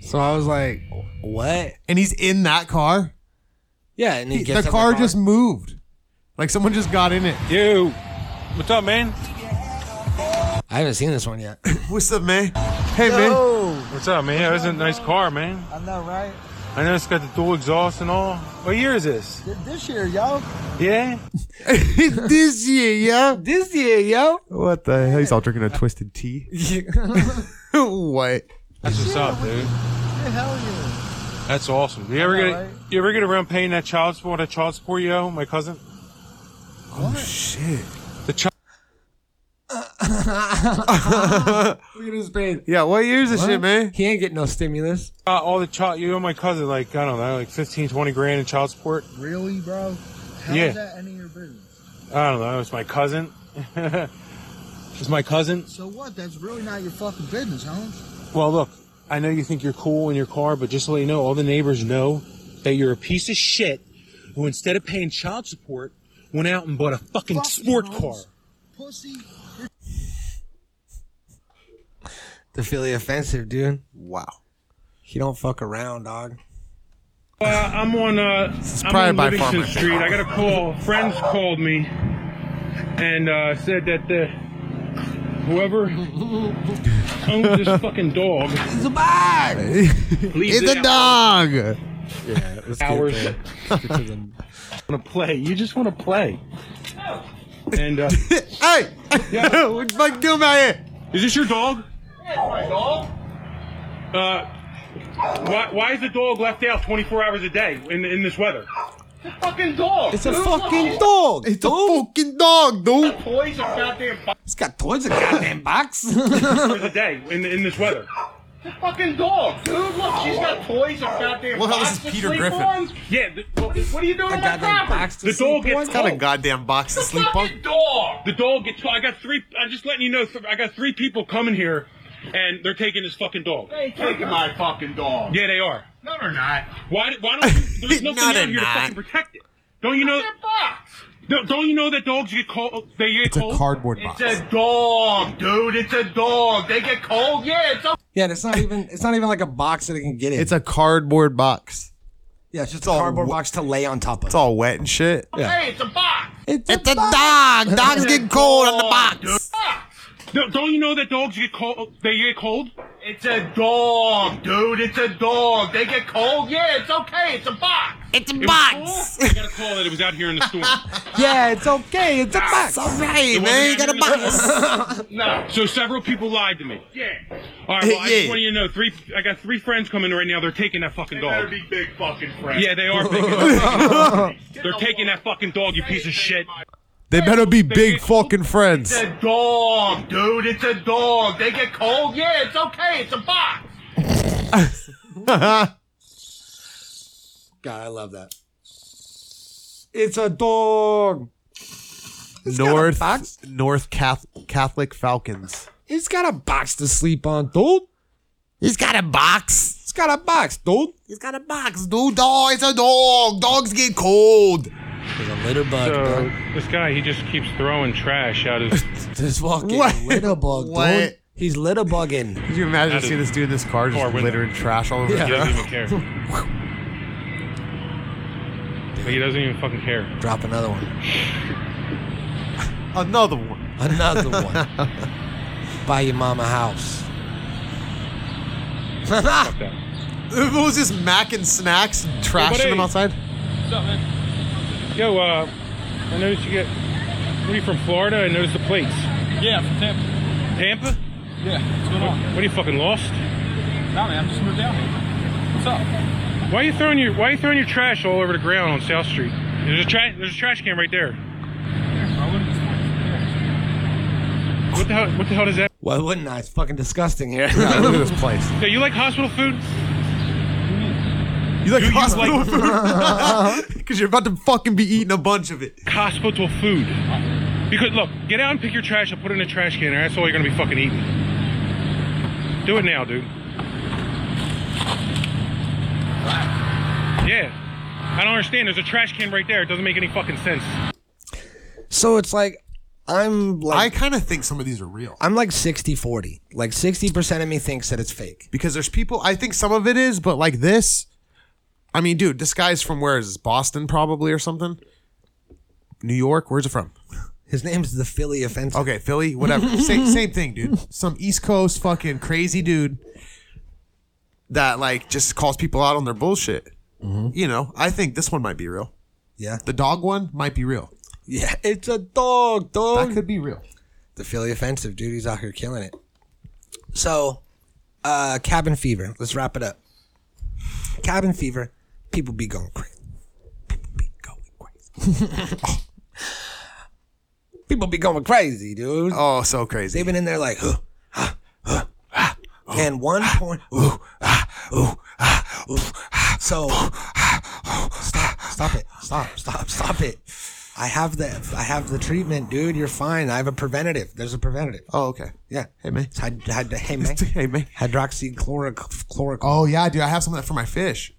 Speaker 4: So I was like, what?
Speaker 3: And he's in that car.
Speaker 4: Yeah, and he
Speaker 3: He-
Speaker 4: gets "Oh."
Speaker 3: the
Speaker 4: out
Speaker 3: car just moved. Like someone just got in it.
Speaker 5: You. What's up, man?
Speaker 4: I haven't seen this one yet.
Speaker 3: What's up, man? Hey, man.
Speaker 5: What's up, man? Yeah, this is a nice car, man. I know, right? I know it's got the dual exhaust and all. What year is this?
Speaker 9: This year, y'all.
Speaker 5: Yeah.
Speaker 3: this year, yeah.
Speaker 4: this year, yo.
Speaker 3: What the hell? He's all drinking a twisted tea. what?
Speaker 5: That's what's up, dude.
Speaker 9: Hell yeah.
Speaker 5: That's awesome. Do you ever get
Speaker 9: right?
Speaker 5: you ever get around paying that child support? That child support you owe my cousin.
Speaker 3: Oh shit.
Speaker 5: The child.
Speaker 4: Look at his face.
Speaker 3: Yeah, what year's this shit, man?
Speaker 4: He ain't getting no stimulus.
Speaker 5: Uh, all the child you owe my cousin like I don't know like 15, 20 grand in child support.
Speaker 9: Really, bro? How
Speaker 5: Yeah.
Speaker 9: is that any of your business?
Speaker 5: I don't know. It's my cousin. it's my cousin.
Speaker 9: So what? That's really not your fucking business, Holmes.
Speaker 5: Well, look, I know you think you're cool in your car, but just to let you know, all the neighbors know that you're a piece of shit who, instead of paying child support,
Speaker 8: went out and bought a fucking
Speaker 9: Fucking
Speaker 8: sport car.
Speaker 9: hoes. Pussy. You're
Speaker 4: The Philly offensive, dude.
Speaker 3: Wow.
Speaker 4: He don't fuck around, dog.
Speaker 8: Uh, I'm on uh,
Speaker 3: is
Speaker 8: I'm
Speaker 3: probably
Speaker 8: on
Speaker 3: by
Speaker 8: Livingston
Speaker 3: far my
Speaker 8: Street. I got a call. Friends called me and uh, said that the whoever owns this fucking dog
Speaker 4: It's a bag.
Speaker 8: leaves
Speaker 3: It's
Speaker 8: it
Speaker 3: a
Speaker 8: out
Speaker 3: dog.
Speaker 8: hours. Want to play? You just want to play. And uh,
Speaker 3: Hey, what the fuck you doing out here?
Speaker 8: is this your dog? Uh, why, why is the dog left out 24 hours a day in in this weather? It's a fucking dog.
Speaker 4: It's a fucking dog.
Speaker 3: It's a fucking dog, dude.
Speaker 8: Toys are goddamn
Speaker 4: It's got toys in a goddamn box.
Speaker 8: hours a day in in this weather. It's a fucking dog, dude. Look, she's got toys and goddamn.
Speaker 3: Well, hell, this is
Speaker 8: box to
Speaker 3: Peter
Speaker 8: sleep
Speaker 3: Griffin.
Speaker 8: on. Yeah. The, what are you doing
Speaker 4: A
Speaker 8: on my
Speaker 4: goddamn
Speaker 8: property?
Speaker 4: box to
Speaker 8: the
Speaker 4: sleep
Speaker 8: dog gets
Speaker 4: on.
Speaker 3: It's got a
Speaker 8: cold.
Speaker 3: goddamn box to sleep on.
Speaker 8: fucking dog. The dog gets. I got three. I'm just letting you know. th- I got three people coming here, and they're taking this fucking dog.
Speaker 7: They ain't taking my fucking dog.
Speaker 8: Yeah, they are.
Speaker 7: No, they're not.
Speaker 8: Why? d- Why don't you, there's nothing
Speaker 3: No,
Speaker 8: out
Speaker 3: they're
Speaker 8: here to
Speaker 3: not.
Speaker 8: fucking protect it? Don't you know?
Speaker 7: It's a box.
Speaker 8: Don't, don't you know that dogs get cold? They get
Speaker 3: It's a
Speaker 8: cold.
Speaker 3: cardboard
Speaker 7: It's
Speaker 3: box.
Speaker 7: a dog, dude. It's a dog. They get cold. Yeah, it's a
Speaker 4: yeah, and it's not even. It's not even like a box that it can get in.
Speaker 3: It's a cardboard box.
Speaker 4: yeah, it's just a
Speaker 3: all
Speaker 4: cardboard
Speaker 3: wet.
Speaker 4: box to lay on top of.
Speaker 3: It's all wet and shit.
Speaker 7: hey, it's a box.
Speaker 3: It's a dog. Dogs get cold on the box.
Speaker 7: Box.
Speaker 8: Don't- don't you know that dogs get cold? They get cold.
Speaker 7: It's a dog, dude. It's a dog. They get cold. Yeah, it's okay. It's a box.
Speaker 3: It's a
Speaker 8: I got a call that it was out here in the storm.
Speaker 4: Yeah, it's okay. It's a box.
Speaker 3: It's all right, man. You got a box.
Speaker 7: No.
Speaker 8: So several people lied to me.
Speaker 7: Yeah.
Speaker 8: All right, well,
Speaker 3: Yeah.
Speaker 8: I just want you to know, three. I got three friends coming right now. They're taking that fucking
Speaker 7: They better
Speaker 8: dog.
Speaker 7: be big fucking friends.
Speaker 8: Yeah, they are. Big. They're taking that fucking dog, you piece of shit.
Speaker 3: They better be big fucking friends.
Speaker 7: It's a dog, dude. It's a dog. They get cold. Yeah, it's okay. It's a box.
Speaker 4: God, I love that. It's a dog.
Speaker 3: North
Speaker 4: box.
Speaker 3: North Cath- Catholic Falcons.
Speaker 4: It's got a box to sleep on, dude.
Speaker 3: He's got a box.
Speaker 4: It's got a box, dude.
Speaker 3: He's got a box, dude. Dog. It's a dog. Dogs get cold.
Speaker 4: There's a litter bug.
Speaker 8: So this guy, he just keeps throwing trash out of.
Speaker 4: This fucking
Speaker 3: What?
Speaker 4: litter bug,
Speaker 3: What?
Speaker 4: dude. He's litter bugging.
Speaker 3: Could you imagine
Speaker 8: Out of-
Speaker 3: seeing this dude in this car
Speaker 8: car
Speaker 3: just
Speaker 8: window.
Speaker 3: littering trash all over?
Speaker 8: He
Speaker 3: Yeah.
Speaker 8: doesn't even care. Like, he doesn't even fucking care.
Speaker 4: Drop another one.
Speaker 3: Another one.
Speaker 4: Another one. Buy your mama a house.
Speaker 8: Fuck that.
Speaker 3: What was this? Mac and snacks, trashing
Speaker 8: buddy.
Speaker 3: them outside.
Speaker 8: Yo, uh, I noticed you get. What are you from Florida? I noticed the plates.
Speaker 10: Yeah, from Tampa.
Speaker 8: Tampa?
Speaker 10: Yeah, what's going on?
Speaker 8: What are you fucking lost?
Speaker 10: Nah, man, I just moved down here. What's up?
Speaker 8: Why are you throwing your Why are you throwing your trash all over the ground on South Street? There's a trash There's a trash can right there.
Speaker 10: I wouldn't just
Speaker 8: What the hell? What the hell is that?
Speaker 4: Why wouldn't I? It's fucking disgusting here.
Speaker 3: Yeah, look at this place.
Speaker 8: Yo, you like hospital food?
Speaker 3: You like
Speaker 8: you
Speaker 3: hospital
Speaker 8: like-
Speaker 3: food? Because you're about to fucking be eating a bunch of it.
Speaker 8: Hospital food. Because look, get out and pick your trash and put it in a trash can. Or that's all you're gonna be fucking eating. Do it now, dude. Yeah. I don't understand. There's a trash can right there. It doesn't make any fucking sense.
Speaker 4: so it's like I'm
Speaker 3: I
Speaker 4: like
Speaker 3: kind of think some of these are real.
Speaker 4: I, am like 60-40. Like 60% of me thinks that it's fake.
Speaker 3: because there's people I think some of it is, but like this, I mean, dude, this guy's from where is this? Boston probably or something? New York? Where's it from?
Speaker 4: His name's the Philly offensive.
Speaker 3: Okay, Philly, whatever. same same thing, dude. Some East Coast fucking crazy dude that like just calls people out on their bullshit. You know, I think this one might be real.
Speaker 4: Yeah.
Speaker 3: The dog one might be real.
Speaker 4: Yeah. It's a dog, dog.
Speaker 3: That could be real.
Speaker 4: the Philly offensive, dude. He's out here killing it. So, uh, cabin fever. Let's wrap it up. Cabin fever. People be going crazy. People be going crazy. people be going crazy, dude.
Speaker 3: Oh, so crazy.
Speaker 4: They've been in there like, huh, huh, huh, ah, and one point. ooh, ah, ooh, ah, ooh, ah. So stop, stop it, stop, stop, stop it. I have the, I have the treatment, dude. You're fine. I have a preventative. There's a preventative.
Speaker 3: Oh, okay.
Speaker 4: Yeah.
Speaker 3: Hey man.
Speaker 4: It's hyd- hyd- hey, man.
Speaker 3: Hey man.
Speaker 4: Hydroxychloroquine.
Speaker 3: Oh yeah, dude, I have some of that for my fish.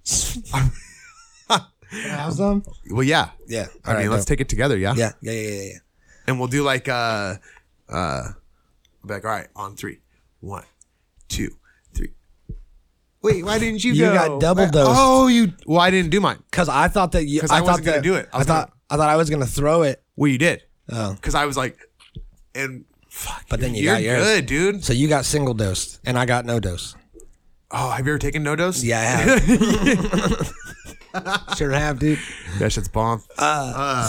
Speaker 3: have some? Well, yeah,
Speaker 4: Yeah.
Speaker 3: I mean, let's take it together, yeah.
Speaker 4: Yeah, yeah, yeah, yeah, yeah.
Speaker 3: And we'll do like uh uh we'll be like, all right, on three. One, two, three. Wait, why didn't you,
Speaker 4: You
Speaker 3: go?
Speaker 4: got double
Speaker 3: Why-
Speaker 4: dosed.
Speaker 3: Oh, you well, I didn't do mine.
Speaker 4: Because I thought that you.
Speaker 3: 'Cause
Speaker 4: I,
Speaker 3: I
Speaker 4: thought
Speaker 3: wasn't
Speaker 4: that,
Speaker 3: gonna do it. I
Speaker 4: I,
Speaker 3: was
Speaker 4: thought I thought I was gonna throw it.
Speaker 3: Well, you did.
Speaker 4: Oh,
Speaker 3: Cuz I was like and fuck.
Speaker 4: but then you
Speaker 3: you're
Speaker 4: got yours.
Speaker 3: good, dude.
Speaker 4: So you got single dosed, and I got no dose.
Speaker 3: Oh, have you ever taken no dose?
Speaker 4: Yeah, I have. sure have, dude.
Speaker 3: That shit's bomb.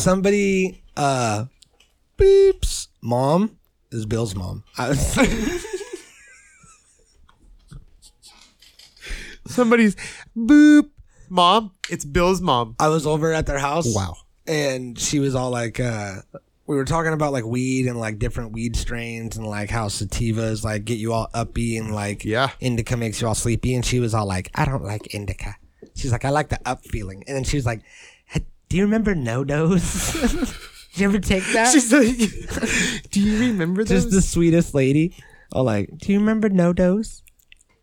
Speaker 4: Somebody uh, beeps. Mom this is Bill's mom. I was-
Speaker 3: Somebody's boop. Mom, it's Bill's mom.
Speaker 4: I was over at their house.
Speaker 3: Wow.
Speaker 4: And she was all like, uh, we were talking about like weed and like different weed strains and like how sativas like get you all uppy and like
Speaker 3: Yeah.
Speaker 4: indica makes you all sleepy. And she was all like, I don't like indica. She's like, I like the up feeling. And then she was like, "Hey, Do you remember no dose? Did you ever take that?
Speaker 3: She's like, do you remember this?
Speaker 4: just the sweetest lady. Oh, like, do you remember no dose?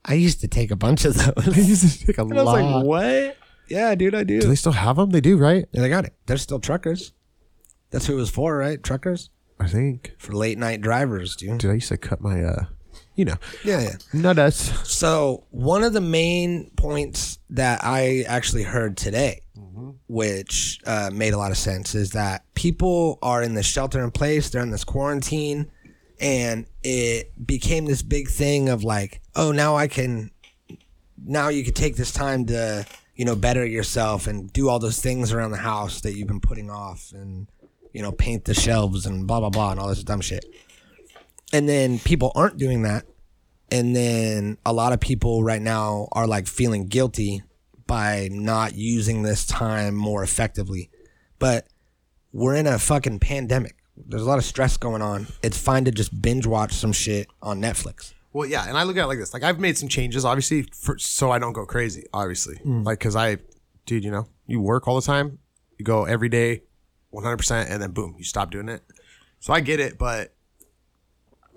Speaker 4: I used to take a bunch of those. I used to take a and I was like,
Speaker 3: lot.
Speaker 4: what? Yeah, dude, I do.
Speaker 3: do they still have them? They do, right?
Speaker 4: Yeah, they got it. They're still truckers. That's who it was for, right? Truckers
Speaker 3: I think.
Speaker 4: for late night drivers, dude.
Speaker 3: Dude, I used to cut my, uh, you know,
Speaker 4: Yeah, yeah.
Speaker 3: not us.
Speaker 4: So one of the main points that I actually heard today, which uh, made a lot of sense, is that people are in this shelter in place. They're in this quarantine, and it became this big thing of like, oh, now I can, now you can take this time to you know better yourself and do all those things around the house that you've been putting off, and you know paint the shelves and blah blah blah and all this dumb shit. And then people aren't doing that and then a lot of people right now are like feeling guilty by not using this time more effectively but we're in a fucking pandemic there's a lot of stress going on it's fine to just binge watch some shit on netflix
Speaker 3: Well, yeah, and I look at it like this. Like, I've made some changes, obviously, for, so I don't go crazy, obviously. Like, because I, dude, you know, you work all the time, you go every day, 100%, and then boom, you stop doing it. So I get it, but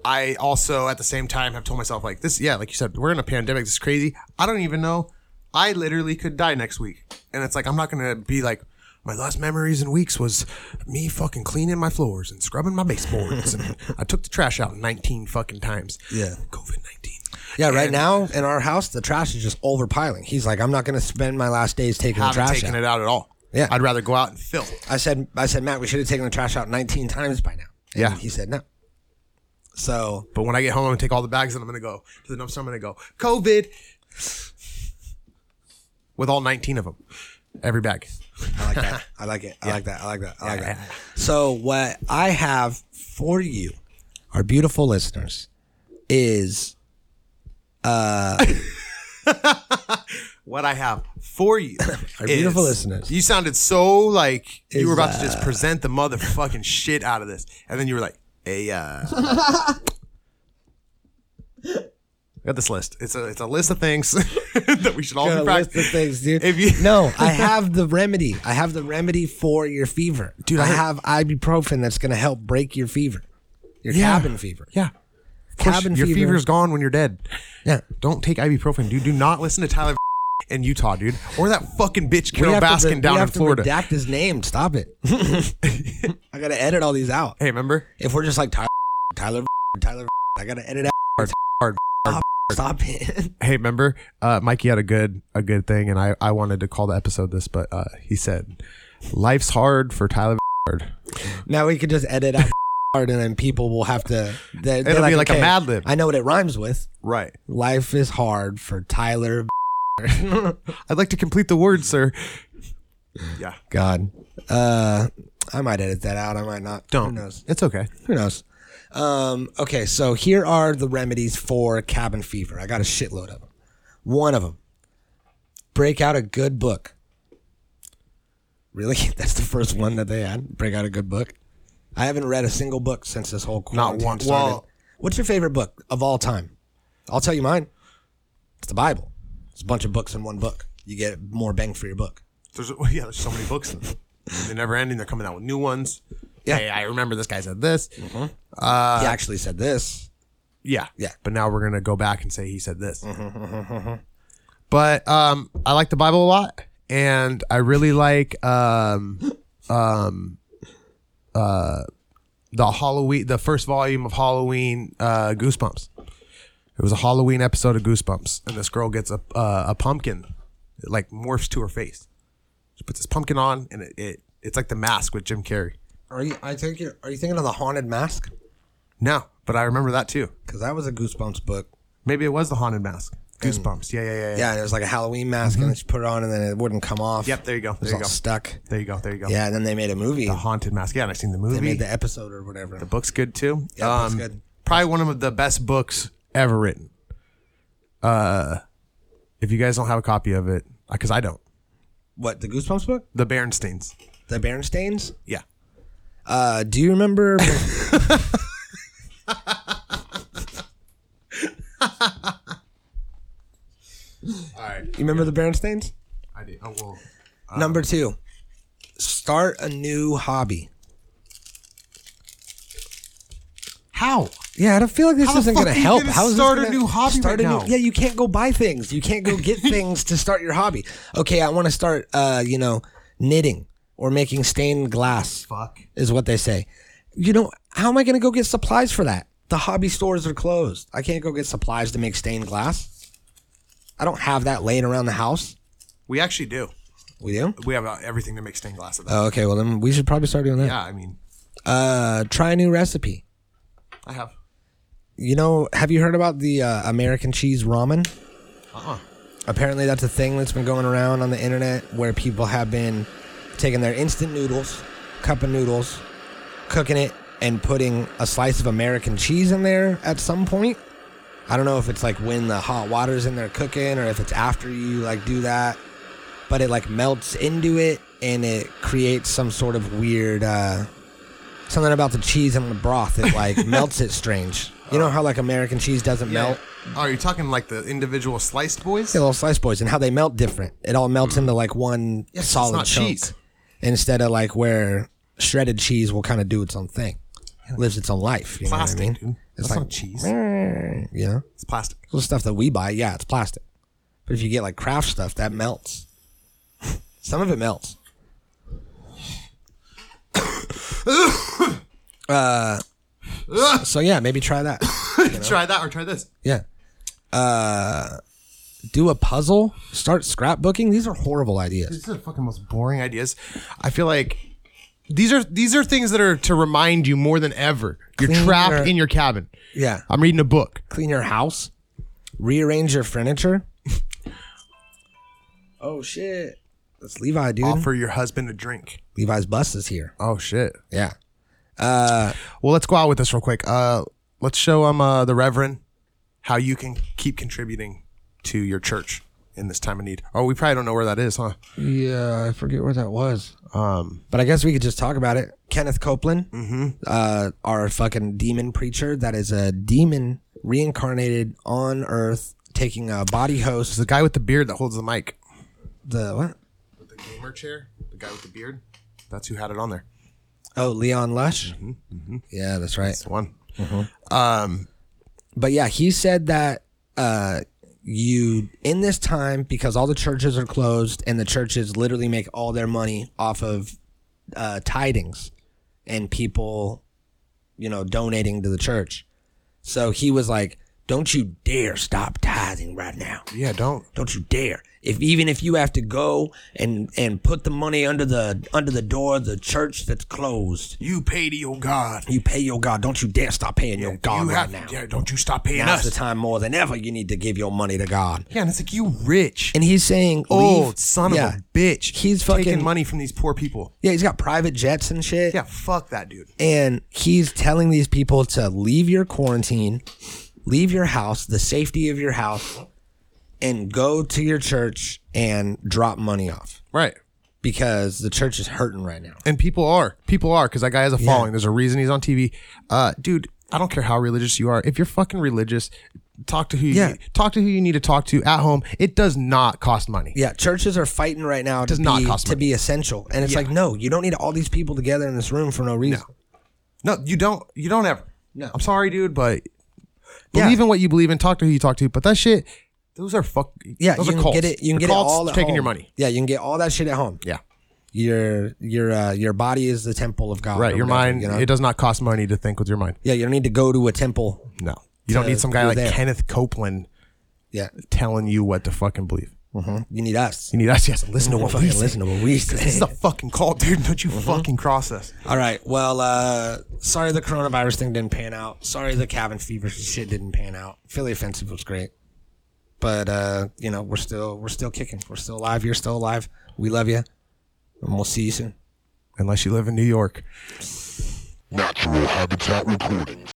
Speaker 3: I also, at the same time, have told myself, like, this, yeah, like you said, we're in a pandemic, this is crazy. I don't even know. I literally could die next week. And it's like, I'm not going to be like, my last memories and weeks was me fucking cleaning my floors and scrubbing my baseboards. and I took the trash out 19 fucking times.
Speaker 4: Yeah.
Speaker 3: COVID 19.
Speaker 4: yeah right now in our house the trash is just overpiling he's like i'm not gonna spend my last days taking the
Speaker 3: haven't
Speaker 4: trash
Speaker 3: taken
Speaker 4: out
Speaker 3: it out at all.
Speaker 4: Yeah.
Speaker 3: I'd rather go out and fill.
Speaker 4: i said i said matt we should have taken the trash out 19 times by now And
Speaker 3: Yeah.
Speaker 4: he said no so
Speaker 3: But when I get home, I'm gonna take all the bags and I'm gonna go to the dumpster. I'm gonna go COVID with all 19 of them, every bag.
Speaker 4: I like that. I like it. I like that. I like that. I like that. So what I have for you, our beautiful listeners, is
Speaker 3: What I have for you,
Speaker 4: Our
Speaker 3: is-
Speaker 4: beautiful listeners.
Speaker 3: You sounded so like you
Speaker 4: Is,
Speaker 3: were about to just present the motherfucking shit out of this, and then you were like, "Hey, uh." I Got this list. It's a it's a list of things that we should all be
Speaker 4: Gotta list the
Speaker 3: practicing.
Speaker 4: things, dude.
Speaker 3: If you-
Speaker 4: no, I have the remedy. I have the remedy for your fever, dude. I,
Speaker 3: I heard-
Speaker 4: have ibuprofen that's gonna help break your fever, your
Speaker 3: Yeah.
Speaker 4: cabin fever.
Speaker 3: Yeah. Of course,
Speaker 4: Cabin
Speaker 3: your
Speaker 4: fever.
Speaker 3: fever's gone when you're dead.
Speaker 4: Yeah.
Speaker 3: Don't take ibuprofen, dude. Do not listen to Tyler in Utah, dude, or that fucking bitch
Speaker 4: We
Speaker 3: Carol
Speaker 4: have to
Speaker 3: Baskin
Speaker 4: re- we
Speaker 3: down in
Speaker 4: have to
Speaker 3: Florida.
Speaker 4: Redact his name. Stop it. I gotta edit all these out.
Speaker 3: hey, remember?
Speaker 4: If we're just like Tyler, Tyler, Tyler, I gotta edit out.
Speaker 3: Hard.
Speaker 4: Stop it.
Speaker 3: Hey, remember? Uh, Mikey had a good a good thing, and I, I wanted to call the episode this, but uh, he said, "Life's hard for Tyler." Hard.
Speaker 4: Now we could just edit out hard, and then people will have to. They,
Speaker 3: It'll be like a Mad Lib."
Speaker 4: I know what it rhymes with.
Speaker 3: Right.
Speaker 4: Life is hard for Tyler.
Speaker 3: I'd like to complete the word, sir. Yeah.
Speaker 4: God, uh, I might edit that out. I might not. Who knows?
Speaker 3: It's okay.
Speaker 4: Who knows? Um, okay, so here are the remedies for cabin fever. I got a shitload of them. One of them: break out a good book. Really? That's the first one that they had. Break out a good book. I haven't read a single book since this whole quarantine
Speaker 3: one.
Speaker 4: started.
Speaker 3: Well-
Speaker 4: What's your favorite book of all time? I'll tell you mine. It's the Bible. It's a bunch of books in one book. You get more bang for your buck.
Speaker 3: There's well, yeah, there's so many books. In them. They're never ending. They're coming out with new ones.
Speaker 4: Yeah.
Speaker 3: Hey, I remember this guy said this.
Speaker 4: he actually said this.
Speaker 3: Yeah.
Speaker 4: Yeah.
Speaker 3: But now we're gonna go back and say he said this. but um I like the Bible a lot and I really like um um uh the Halloween the first volume of Halloween uh Goosebumps. It was a Halloween episode of Goosebumps, and this girl gets a uh, a pumpkin, it, like morphs to her face. She puts this pumpkin on, and it, it it's like the mask with Jim Carrey.
Speaker 4: Are you? I think you're. Are you thinking of the Haunted Mask?
Speaker 3: No, but I remember that too.
Speaker 4: Because that was a Goosebumps book.
Speaker 3: Maybe it was the Haunted Mask. Goosebumps. Yeah, yeah, yeah.
Speaker 4: Yeah, it was like a Halloween mask, and then she put it on, and then it wouldn't come off.
Speaker 3: Yep. There you go.
Speaker 4: It was
Speaker 3: There you go.
Speaker 4: all stuck.
Speaker 3: There you go. There you go.
Speaker 4: Yeah, and then they made a movie.
Speaker 3: The Haunted Mask. Yeah, and I've seen the movie.
Speaker 4: they made the episode or whatever.
Speaker 3: The book's good too. Um,
Speaker 4: Yeah, book's good.
Speaker 3: Probably one of the best books ever written. Uh, if you guys don't have a copy of it, because I don't,
Speaker 4: what the Goosebumps book?
Speaker 3: the Berenstains.
Speaker 4: The Berensstains?
Speaker 3: Yeah,
Speaker 4: Uh, do you remember?
Speaker 3: All right.
Speaker 4: You remember the Berenstains?
Speaker 3: I do. Oh, well,
Speaker 4: Number two, start a new hobby.
Speaker 3: how?
Speaker 4: Yeah, I don't feel like this
Speaker 3: How the
Speaker 4: isn't
Speaker 3: fuck
Speaker 4: going to
Speaker 3: are you
Speaker 4: help.
Speaker 3: gonna
Speaker 4: How is this
Speaker 3: start a
Speaker 4: gonna-
Speaker 3: new hobby
Speaker 4: start
Speaker 3: right
Speaker 4: a new-
Speaker 3: now?
Speaker 4: yeah, you can't go buy things. You can't go get things to start your hobby. Okay, I want to start, uh, you know, knitting or making stained glass.
Speaker 3: Fuck.
Speaker 4: is what they say. You know, how am I going to go get supplies for that? The hobby stores are closed. I can't go get supplies to make stained glass. I don't have that laying around the house.
Speaker 3: We actually do.
Speaker 4: We do.
Speaker 3: We have uh, everything to make stained glass of that.
Speaker 4: Oh, okay. Well, then we should probably start doing that.
Speaker 3: yeah, I mean,
Speaker 4: Uh, try a new recipe.
Speaker 3: I have.
Speaker 4: You know, have you heard about the uh, American cheese ramen? Uh-uh. Apparently, that's a thing that's been going around on the internet where people have been taking their instant noodles, cup of noodles, cooking it, and putting a slice of American cheese in there at some point. I don't know if it's like when the hot water's in there cooking or if it's after you like do that, but it like melts into it and it creates some sort of weird uh, something about the cheese and the broth. It like melts it strange. You know how like American cheese doesn't melt?
Speaker 3: Oh, you're talking like the individual sliced boys?
Speaker 4: Yeah, little slice boys and how they melt different. It all melts into like one
Speaker 3: Mm. it's
Speaker 4: solid
Speaker 3: not
Speaker 4: chunk
Speaker 3: cheese.
Speaker 4: instead of like where shredded cheese will kind of do its own thing, lives its own life. You
Speaker 3: Plastic,
Speaker 4: know what I
Speaker 3: dude.
Speaker 4: mean?
Speaker 3: That's
Speaker 4: like-
Speaker 3: not cheese.
Speaker 4: You know,
Speaker 3: It's plastic.
Speaker 4: the stuff that we buy, yeah, it's plastic. But if you get like craft stuff, that melts. Some of it melts. uh, so yeah, maybe try that.
Speaker 3: Try that or try this.
Speaker 4: Yeah. Uh, do a puzzle. Start scrapbooking. These are horrible ideas.
Speaker 3: These are the fucking most boring ideas. I feel like these are these are things that are to remind you more than ever. You're
Speaker 4: Clean
Speaker 3: trapped
Speaker 4: your-
Speaker 3: in your cabin.
Speaker 4: Yeah.
Speaker 3: I'm reading a book.
Speaker 4: Clean your house. Rearrange your furniture. oh shit! That's Levi, dude.
Speaker 3: Offer your husband a drink.
Speaker 4: Levi's bus is here.
Speaker 3: Oh shit.
Speaker 4: Yeah.
Speaker 3: Well, let's go out with this real quick. Uh, let's show um uh, the Reverend how you can keep contributing to your church in this time of need. Oh, we probably don't know where that is, huh?
Speaker 4: Yeah, I forget where that was. Um, but I guess we could just talk about it. Kenneth Copeland, uh, our fucking demon preacher, that is a demon reincarnated on Earth, taking a body
Speaker 3: It's
Speaker 4: host.
Speaker 3: the guy with the beard that holds the mic.
Speaker 4: The what?
Speaker 3: With the gamer chair, the guy with the beard. That's who had it on there.
Speaker 4: Oh, Leon Lush. Yeah, that's right.
Speaker 3: It's the one.
Speaker 4: But yeah, he said that uh, you in this time because all the churches are closed and the churches literally make all their money off of uh, tidings and people, you know, donating to the church. So he was like, "Don't you dare stop tithing right now."
Speaker 3: Yeah, don't.
Speaker 4: Don't you dare. If even if you have to go and and put the money under the under the door of the church that's closed,
Speaker 3: You pay to your God.
Speaker 4: you pay your God. Don't you dare stop paying your God
Speaker 3: you
Speaker 4: right
Speaker 3: have,
Speaker 4: now.
Speaker 3: Yeah, don't you stop paying
Speaker 4: Now's the
Speaker 3: us.
Speaker 4: time more than ever you need to give your money to God.
Speaker 3: Yeah, and it's like you rich.
Speaker 4: And he's saying,
Speaker 3: old
Speaker 4: leave-
Speaker 3: "Oh, son
Speaker 4: yeah.
Speaker 3: of a bitch.
Speaker 4: He's
Speaker 3: taking
Speaker 4: fucking-
Speaker 3: money from these poor people.
Speaker 4: Yeah, he's got private jets and shit.
Speaker 3: Yeah, fuck that dude.
Speaker 4: And he's telling these people to leave your quarantine, leave your house, the safety of your house, and go to your church and drop money off
Speaker 3: Right.
Speaker 4: because the church is hurting right now.
Speaker 3: And people are. People are because that guy has a following. There's a reason he's on TV. Uh, dude, I don't care how religious you are. If you're fucking religious, talk to who you
Speaker 4: Yeah.
Speaker 3: talk to who you need to talk to at home. It does not cost money.
Speaker 4: Yeah, churches are fighting right now
Speaker 3: Does
Speaker 4: to,
Speaker 3: not
Speaker 4: be,
Speaker 3: cost
Speaker 4: to
Speaker 3: money.
Speaker 4: be essential. And it's like, no, you don't need all these people together in this room for no reason.
Speaker 3: No, you don't. You don't ever.
Speaker 4: No.
Speaker 3: I'm sorry, dude, but
Speaker 4: Yeah.
Speaker 3: believe in what you believe in. Talk to who you talk to. But that shit Those are fuck.
Speaker 4: Yeah,
Speaker 3: those
Speaker 4: you
Speaker 3: are
Speaker 4: can
Speaker 3: cults.
Speaker 4: get it. You can
Speaker 3: They're
Speaker 4: get it
Speaker 3: cults
Speaker 4: all at
Speaker 3: taking your
Speaker 4: home.
Speaker 3: money.
Speaker 4: Yeah, you can get all that shit at home.
Speaker 3: Yeah,
Speaker 4: Your your uh, your body is the temple of God.
Speaker 3: right.
Speaker 4: or
Speaker 3: Your
Speaker 4: whatever,
Speaker 3: mind.
Speaker 4: You know?
Speaker 3: It does not cost money to think with your mind.
Speaker 4: yeah, you don't need to go to a temple.
Speaker 3: No, you don't
Speaker 4: To-
Speaker 3: need some guy
Speaker 4: you're
Speaker 3: like
Speaker 4: there.
Speaker 3: Kenneth Copeland
Speaker 4: Yeah,
Speaker 3: telling you what to fucking believe.
Speaker 4: you need us.
Speaker 3: You need us. Yes, listen to what we
Speaker 4: fucking
Speaker 3: say.
Speaker 4: listen to what we
Speaker 3: This is
Speaker 4: say. Mm-hmm.
Speaker 3: a fucking cult, dude. Don't you fucking cross us.
Speaker 4: All right. Well, uh, sorry the coronavirus thing didn't pan out. Sorry the cabin fever shit didn't pan out. Philly offensive was great, but uh, you know we're still we're still kicking. We're still alive. You're still alive. We love you, and we'll see you soon.
Speaker 3: Unless you live in New York.
Speaker 1: Natural Habitat Recordings.